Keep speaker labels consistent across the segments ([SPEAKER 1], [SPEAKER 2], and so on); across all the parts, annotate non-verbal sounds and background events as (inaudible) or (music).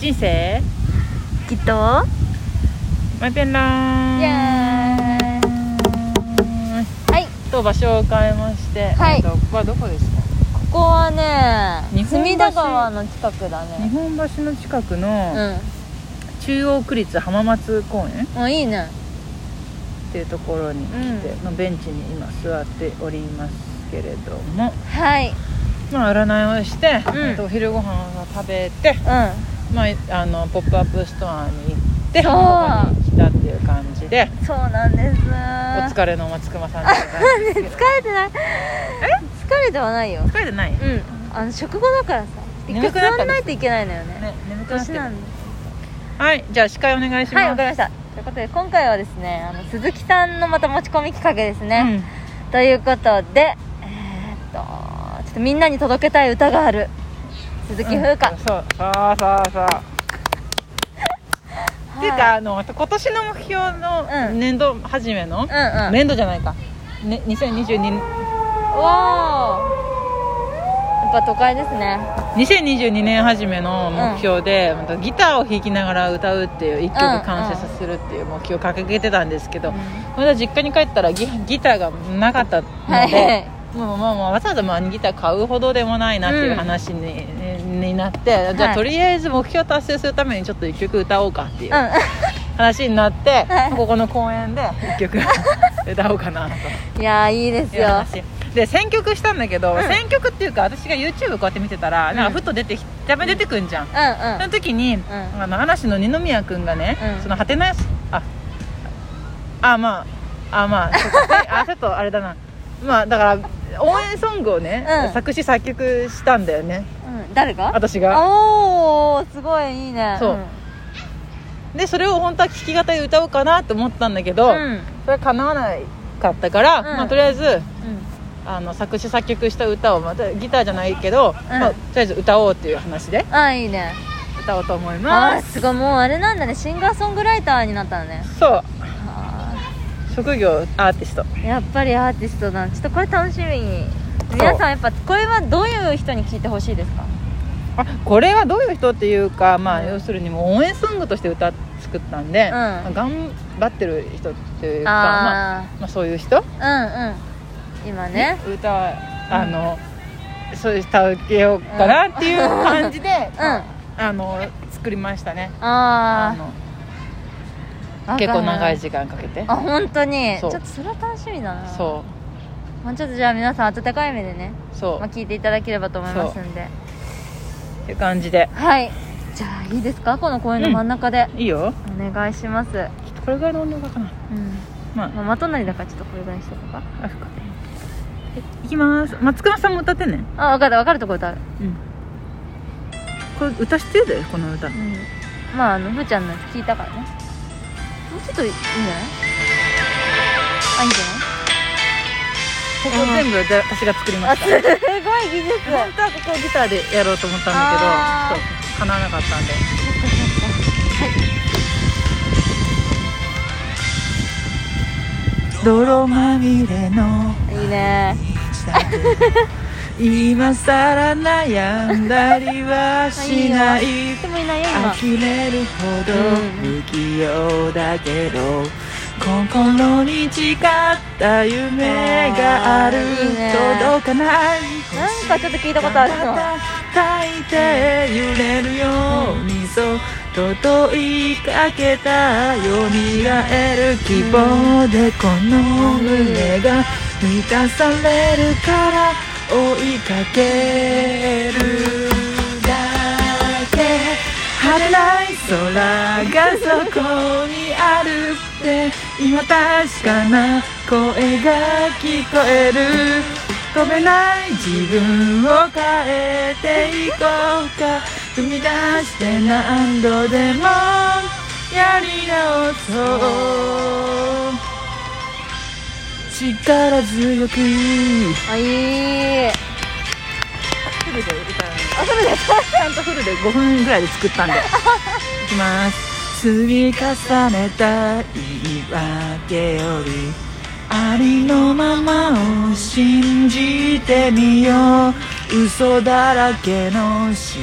[SPEAKER 1] 人生
[SPEAKER 2] きっと
[SPEAKER 1] マイペンラーン
[SPEAKER 2] イエーイはい
[SPEAKER 1] と場所を変えまして、
[SPEAKER 2] はい
[SPEAKER 1] えっとここはどこですか
[SPEAKER 2] ここはね
[SPEAKER 1] 日本橋
[SPEAKER 2] 隅田川の近くだ
[SPEAKER 1] 日
[SPEAKER 2] ね
[SPEAKER 1] 本橋の近く
[SPEAKER 2] う
[SPEAKER 1] の
[SPEAKER 2] ん
[SPEAKER 1] 中央区立浜松公園っ
[SPEAKER 2] もういいね
[SPEAKER 1] ていうところに来て、のベンチに今座っておりますけれども
[SPEAKER 2] はい
[SPEAKER 1] まあ占いをして、
[SPEAKER 2] ん
[SPEAKER 1] えっとお昼ご飯を食べて、
[SPEAKER 2] う
[SPEAKER 1] まあ、あのポップアップストアに行ってこ
[SPEAKER 2] そう
[SPEAKER 1] こに来たっていう感じで
[SPEAKER 2] んそうなんですお
[SPEAKER 1] お
[SPEAKER 2] 疲
[SPEAKER 1] 疲れの松隈さんでござい
[SPEAKER 2] (laughs)
[SPEAKER 1] ますけ (laughs) ど
[SPEAKER 2] れてない疲れてはないよ
[SPEAKER 1] 疲れてない
[SPEAKER 2] うんあの食後だからさ一
[SPEAKER 1] 眠
[SPEAKER 2] 回
[SPEAKER 1] くなったりする
[SPEAKER 2] 座んないといけないのよね
[SPEAKER 1] ね、眠くなっ
[SPEAKER 2] 年
[SPEAKER 1] てる
[SPEAKER 2] なんで
[SPEAKER 1] はい、じゃあ司会お願いします。
[SPEAKER 2] はいわかりましたということで今回はですねあの鈴木さんのまた持ち込み企画ですね、ということでえーっとちょっとみんなに届けたい歌がある鈴木風花、
[SPEAKER 1] うんそう、そうそうそう。っていうか、
[SPEAKER 2] は
[SPEAKER 1] あの、今年の目標の
[SPEAKER 2] うん
[SPEAKER 1] 年度初めの、
[SPEAKER 2] うんうん
[SPEAKER 1] 年度じゃないか。ね、2022、
[SPEAKER 2] わーやっぱ都会ですね
[SPEAKER 1] 2022年初めの目標で、またギターを弾きながら歌うっていう、一曲完成させるっていう目標を掲げてたんですけど、
[SPEAKER 2] うん
[SPEAKER 1] まだ実家に帰ったらギギターがなかったので、
[SPEAKER 2] はい
[SPEAKER 1] もうまあまあわざわざまあギター買うほどでもないなっていう話に,ね、になってじゃ
[SPEAKER 2] は
[SPEAKER 1] あ
[SPEAKER 2] い
[SPEAKER 1] とりあえず目標達成するためにちょっと1曲歌おうかっていううん話になって、
[SPEAKER 2] はい
[SPEAKER 1] ここの公園で1曲歌おうかなと
[SPEAKER 2] いやーいいです
[SPEAKER 1] いう
[SPEAKER 2] よ
[SPEAKER 1] 話で選曲したんだけど、
[SPEAKER 2] うん
[SPEAKER 1] 選曲っていうか私が YouTube こうやって見てたら、なんかふと出てきた目出てくんじゃん、
[SPEAKER 2] うんうん
[SPEAKER 1] その時に、あの嵐の二宮君がね、
[SPEAKER 2] うん
[SPEAKER 1] そのはてなやああまああまあちょっとあちょっとあれだなまあだから応援ソングをね、
[SPEAKER 2] うん
[SPEAKER 1] 作詞作曲したんだよね
[SPEAKER 2] うん誰が
[SPEAKER 1] 私が
[SPEAKER 2] おおすごいいいね
[SPEAKER 1] そうでそれを本当は聴き語りで歌おうかなと思ったんだけど、
[SPEAKER 2] うんうん
[SPEAKER 1] それは叶わないかったから、
[SPEAKER 2] ん
[SPEAKER 1] まあ、とりあえずあの作詞作曲した歌をまたギターじゃないけど、まあ、とりあえず歌おうっていう話で
[SPEAKER 2] あーいいね
[SPEAKER 1] 歌おうと思い
[SPEAKER 2] あ
[SPEAKER 1] ま
[SPEAKER 2] ー
[SPEAKER 1] す
[SPEAKER 2] すごいもうあれなんだねシンガーソングライターになったのね
[SPEAKER 1] そう
[SPEAKER 2] あ
[SPEAKER 1] 職業アーティスト
[SPEAKER 2] ーやっぱりアーティストだちょっとこれ楽しみ皆さんやっぱこれはどういう人に聞いてほしいですか
[SPEAKER 1] あこれはどういう人っていうか、まあ、
[SPEAKER 2] うん
[SPEAKER 1] 要するにもう応援ソングとして歌作ったんで、
[SPEAKER 2] ん
[SPEAKER 1] 頑張ってる人っていうかまあ
[SPEAKER 2] あ
[SPEAKER 1] まあ、そういう人
[SPEAKER 2] あーうんうん今ね
[SPEAKER 1] に歌はあの、そういう歌を受けようかなっていう感じで、
[SPEAKER 2] うんあ
[SPEAKER 1] あの作りましたねあ
[SPEAKER 2] あ
[SPEAKER 1] の結構長い
[SPEAKER 2] 間
[SPEAKER 1] 時間かけて
[SPEAKER 2] あ本当にち
[SPEAKER 1] そ
[SPEAKER 2] ょ
[SPEAKER 1] う
[SPEAKER 2] っとそれは楽しみだな
[SPEAKER 1] そ
[SPEAKER 2] まあちょっとじゃあ皆さん温かい目でね、
[SPEAKER 1] うそう、
[SPEAKER 2] まあ、聞いていただければと思いますんで
[SPEAKER 1] っていう感じで
[SPEAKER 2] はいじゃあいいですかこの公園の真ん中で、
[SPEAKER 1] いいよ
[SPEAKER 2] お願いします、う
[SPEAKER 1] ちょっとこれぐらいの音量かなんまあ
[SPEAKER 2] まあ、まとなりだからちょっとこれぐらいにしとこうか
[SPEAKER 1] あそっかいきます松隈さんも歌ってね
[SPEAKER 2] あ分かった分かるところある、
[SPEAKER 1] うんこれ歌してるだよこの歌
[SPEAKER 2] うん、まああのふーちゃんのやつ聞いたからねもうちょっといいんじゃないあいいんじ
[SPEAKER 1] ここ全部で私が作りました
[SPEAKER 2] ゃ (laughs) ないあすごい技術
[SPEAKER 1] 本当はここギターでやろうと思ったんだ
[SPEAKER 2] あ
[SPEAKER 1] け
[SPEAKER 2] ー
[SPEAKER 1] どそう叶わなかった (laughs) んで泥まみれの
[SPEAKER 2] いいね
[SPEAKER 1] (laughs) 今さら悩んだりはしない
[SPEAKER 2] でもいないよ今
[SPEAKER 1] 呆れるほど
[SPEAKER 2] う
[SPEAKER 1] 不
[SPEAKER 2] ん
[SPEAKER 1] 器用だけど、心に誓った夢がある
[SPEAKER 2] あーいいね
[SPEAKER 1] 届かない
[SPEAKER 2] なんかちょっと聞いたことあるの
[SPEAKER 1] 叩いて揺れるようにそっと問いかけたよみがえる希望でこの胸が満たされるから追いかけるだけ晴れない空がそこにあるって今確かな声が聞こえる飛べない自分を変えていこうか踏み出して何度でもやり直そう力強く
[SPEAKER 2] あいい
[SPEAKER 1] フルで歌う
[SPEAKER 2] あそれです
[SPEAKER 1] ちゃんとフルで5分ぐらいで作ったんでいきます積み重ねた言い訳よりありのままを信じてみよう嘘だらけの幸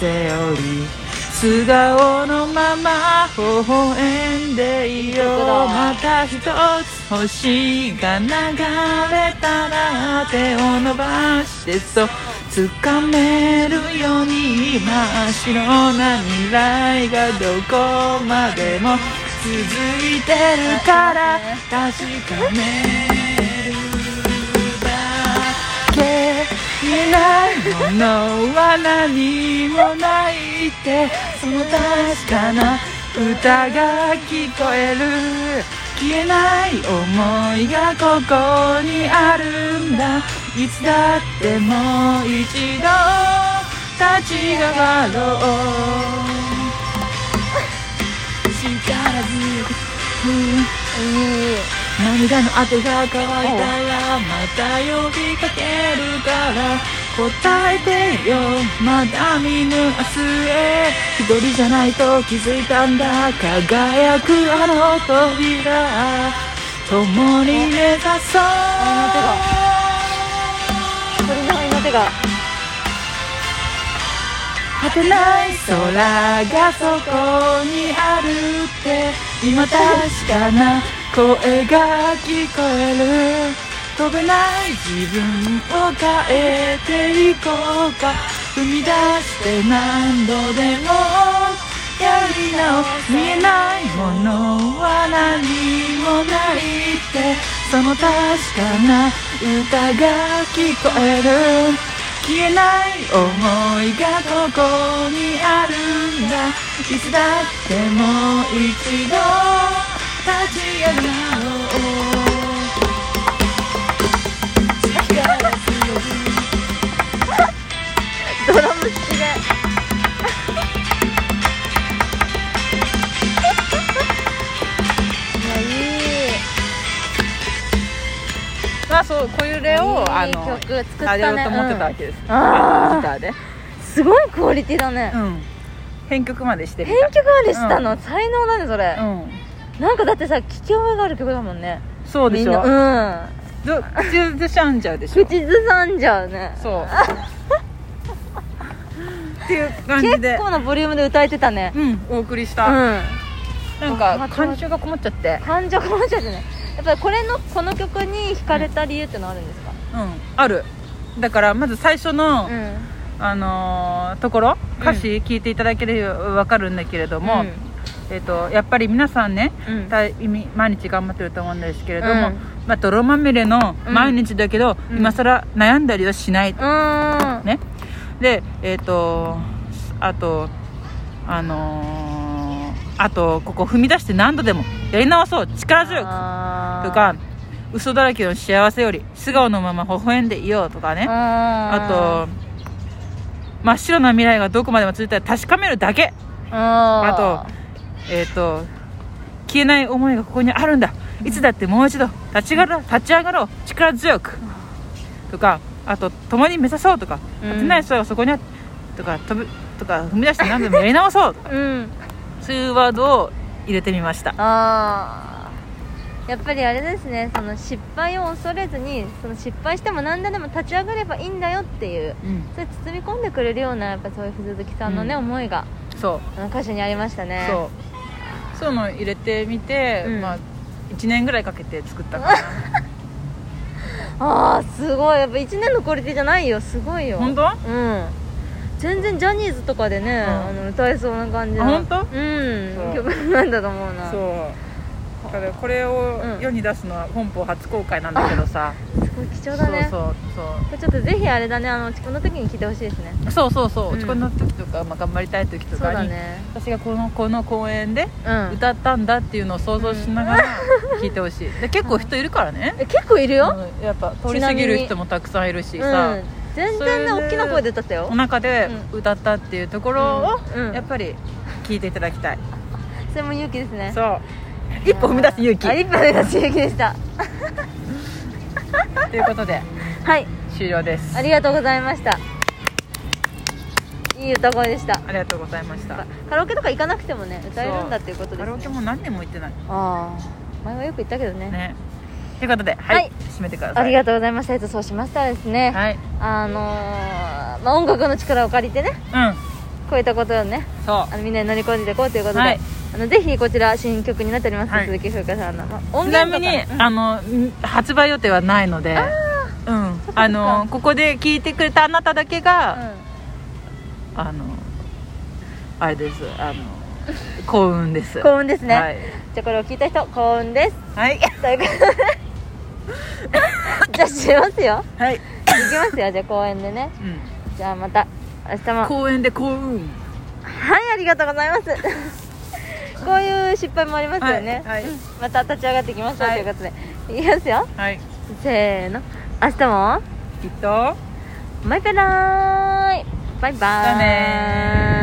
[SPEAKER 1] せより素顔のまま微笑んでいよ
[SPEAKER 2] いいう曲だ
[SPEAKER 1] また一つ星が流れたら手を伸ばしてそう掴めるように真っ白な未来がどこまでも続いてるから確かめるだけ見ないものは何もないってその確かな歌が聞こえる消えない思いがここにあるんだいつだってもう一度立ち上がろう力強くうん
[SPEAKER 2] いい
[SPEAKER 1] 涙の跡が乾いたらまた呼びかけるから答えてよまだ見ぬ明日へ一人じゃないと気づいたんだ輝くあの扉共に目指そう
[SPEAKER 2] 鳥のいの手が
[SPEAKER 1] 果てない空がそこにあるって今確かな声が聞こえる飛べない自分を変えていこうか踏み出して何度でもやり直す見えないものは何もないってその確かな歌が聞こえる消えない思いがここにあるんだいつだってもう一度立ち上がろう力強く
[SPEAKER 2] ドラム式でいやいい
[SPEAKER 1] まあそうこれをあ
[SPEAKER 2] いい
[SPEAKER 1] の
[SPEAKER 2] 曲作った
[SPEAKER 1] あ
[SPEAKER 2] ね
[SPEAKER 1] げようと思ってたわけです、
[SPEAKER 2] うんあー
[SPEAKER 1] ギターで、
[SPEAKER 2] すごいクオリティだね、
[SPEAKER 1] うん、編曲までしてみ
[SPEAKER 2] 編曲までしたの、才能だねそれ
[SPEAKER 1] た、、うん、
[SPEAKER 2] なんかだってさ聞き覚えがある曲だもんね
[SPEAKER 1] そうで
[SPEAKER 2] みん
[SPEAKER 1] しょ、
[SPEAKER 2] な
[SPEAKER 1] ど口ずしゃんじゃうでし
[SPEAKER 2] う
[SPEAKER 1] ょ
[SPEAKER 2] ん口ずさんじゃうね
[SPEAKER 1] そうっていう感じ
[SPEAKER 2] 結
[SPEAKER 1] で
[SPEAKER 2] 構なボリュームで歌えてたね
[SPEAKER 1] うん、お送りし
[SPEAKER 2] う
[SPEAKER 1] た、
[SPEAKER 2] ん
[SPEAKER 1] なんか感情がこもっちゃって
[SPEAKER 2] 感情こもっちゃってねやっぱりこれのこの曲に惹かれた理由ってのはあるんですか
[SPEAKER 1] うんあるだからまず最初の、
[SPEAKER 2] うん、
[SPEAKER 1] あのーところ歌詞聞いていただければわかるんだけれども、えっとやっぱり皆さんね
[SPEAKER 2] うん
[SPEAKER 1] 大毎日頑張ってると思うんですけれども、
[SPEAKER 2] うん
[SPEAKER 1] まあ、泥まみれの
[SPEAKER 2] うん
[SPEAKER 1] 毎日だけど、
[SPEAKER 2] うん
[SPEAKER 1] 今更悩んだりはしない、
[SPEAKER 2] うん
[SPEAKER 1] ねでえっ、とあとあのーあとここ踏み出して何度でもやり直そう力強くと
[SPEAKER 2] と
[SPEAKER 1] か嘘だらけの幸せより素顔のまま微笑んでいようとかねあ
[SPEAKER 2] あ
[SPEAKER 1] と真っ白な未来がどこまでも続いたら確かめるだけ
[SPEAKER 2] とあ
[SPEAKER 1] あとえっ、と消えない思いがここにあるんだいつだってもう一度立ちがら立ち上がろう力強くとかあと共に目指そうとか
[SPEAKER 2] うん
[SPEAKER 1] 立てない人がそこにあっとか飛ぶとか踏み出して何度もやり直
[SPEAKER 2] (laughs)
[SPEAKER 1] そうとか
[SPEAKER 2] うん
[SPEAKER 1] そういうワードを入れてみました
[SPEAKER 2] あーやっぱりあれですねその失敗を恐れずにその失敗しても何ででも立ち上がればいいんだよっていう
[SPEAKER 1] うん
[SPEAKER 2] それ包み込んでくれるようなやっぱそういう鈴木さんのね、
[SPEAKER 1] うん
[SPEAKER 2] 思いが
[SPEAKER 1] そう
[SPEAKER 2] あの歌詞にありましたね
[SPEAKER 1] そうそういうの入れてみて、
[SPEAKER 2] うん
[SPEAKER 1] まあ1年ぐらいかけて作ったかな
[SPEAKER 2] ああすごいやっぱ1年のクオリティじゃないよすごいよ
[SPEAKER 1] 本当
[SPEAKER 2] うん全然ジャニーズとかでね、あの歌えそうな感じの
[SPEAKER 1] あ本当
[SPEAKER 2] うん
[SPEAKER 1] そう
[SPEAKER 2] 曲なんだと思うな
[SPEAKER 1] そううだからこれを
[SPEAKER 2] うん
[SPEAKER 1] 世に出すのは本邦初公開なんだけどさ、
[SPEAKER 2] すごい貴重
[SPEAKER 1] そう
[SPEAKER 2] だね
[SPEAKER 1] そう
[SPEAKER 2] これちょっとぜひあれだねあのこの時に聴いてほしいですね
[SPEAKER 1] そうそうそうそう
[SPEAKER 2] うん
[SPEAKER 1] 落ち込んだ時とか、まあ、頑張りたい時と
[SPEAKER 2] そう
[SPEAKER 1] か
[SPEAKER 2] だ
[SPEAKER 1] に、
[SPEAKER 2] ね
[SPEAKER 1] 私がこのこの公演で
[SPEAKER 2] うん
[SPEAKER 1] 歌ったんだっていうのを想像しながら聴いてほしい、で結構人いるからね、
[SPEAKER 2] え結構いるよ、
[SPEAKER 1] うんやっぱ通り過ぎる人もたくさんいるしさ、
[SPEAKER 2] うん、全
[SPEAKER 1] それ
[SPEAKER 2] 然
[SPEAKER 1] で
[SPEAKER 2] ね大きな声で歌ったよ
[SPEAKER 1] お腹で歌ったっていうところを、
[SPEAKER 2] うんうん
[SPEAKER 1] やっぱり聞いていただきたい、
[SPEAKER 2] それも勇気ですね
[SPEAKER 1] そう一歩踏み出す勇気
[SPEAKER 2] あ一歩踏み出す勇気でした
[SPEAKER 1] ということで
[SPEAKER 2] はい
[SPEAKER 1] 終了です
[SPEAKER 2] ありがとうございましたいい歌声でした
[SPEAKER 1] ありがとうございました
[SPEAKER 2] カラオケとか行かなくてもね歌えるんだっていうことです、ね、
[SPEAKER 1] カラオケも何年も行ってない
[SPEAKER 2] ああ前はよく言ったけどね
[SPEAKER 1] ねということではい、
[SPEAKER 2] はい
[SPEAKER 1] 締めてください
[SPEAKER 2] ありが
[SPEAKER 1] と
[SPEAKER 2] とうございましたえっとそうしましたらですね、
[SPEAKER 1] はい
[SPEAKER 2] あのーまあ、音楽の力を借りてね
[SPEAKER 1] うん
[SPEAKER 2] こういったことをね
[SPEAKER 1] そ
[SPEAKER 2] あのみんなに乗り込んでいこうということで、
[SPEAKER 1] はい
[SPEAKER 2] あのぜひこちら新曲になっております、
[SPEAKER 1] はい
[SPEAKER 2] 鈴木風花さんの、まあ
[SPEAKER 1] う
[SPEAKER 2] 音
[SPEAKER 1] ちな
[SPEAKER 2] 源
[SPEAKER 1] み
[SPEAKER 2] と
[SPEAKER 1] に、
[SPEAKER 2] かねうん
[SPEAKER 1] あのん発売予定はないのでうんあのここで聞いてくれたあなただけが、あのあれですあ (laughs) の幸運です
[SPEAKER 2] うん幸運ですね、
[SPEAKER 1] はい、
[SPEAKER 2] じゃあこれを聞いた人幸運です
[SPEAKER 1] はい
[SPEAKER 2] ということで (laughs) じゃあしますよ
[SPEAKER 1] はい
[SPEAKER 2] 行きますよじゃあ公園でね
[SPEAKER 1] うん
[SPEAKER 2] じゃあまた明日も
[SPEAKER 1] 公園で幸運
[SPEAKER 2] はいありがとうございますこういう失敗もありますよね、
[SPEAKER 1] はいはい
[SPEAKER 2] うんまた立ち上がっていきましょうと
[SPEAKER 1] はいいう
[SPEAKER 2] ことで、い、きますよ
[SPEAKER 1] はい
[SPEAKER 2] せーの明日も
[SPEAKER 1] きっと
[SPEAKER 2] マイペラーイバイバーイ
[SPEAKER 1] だねー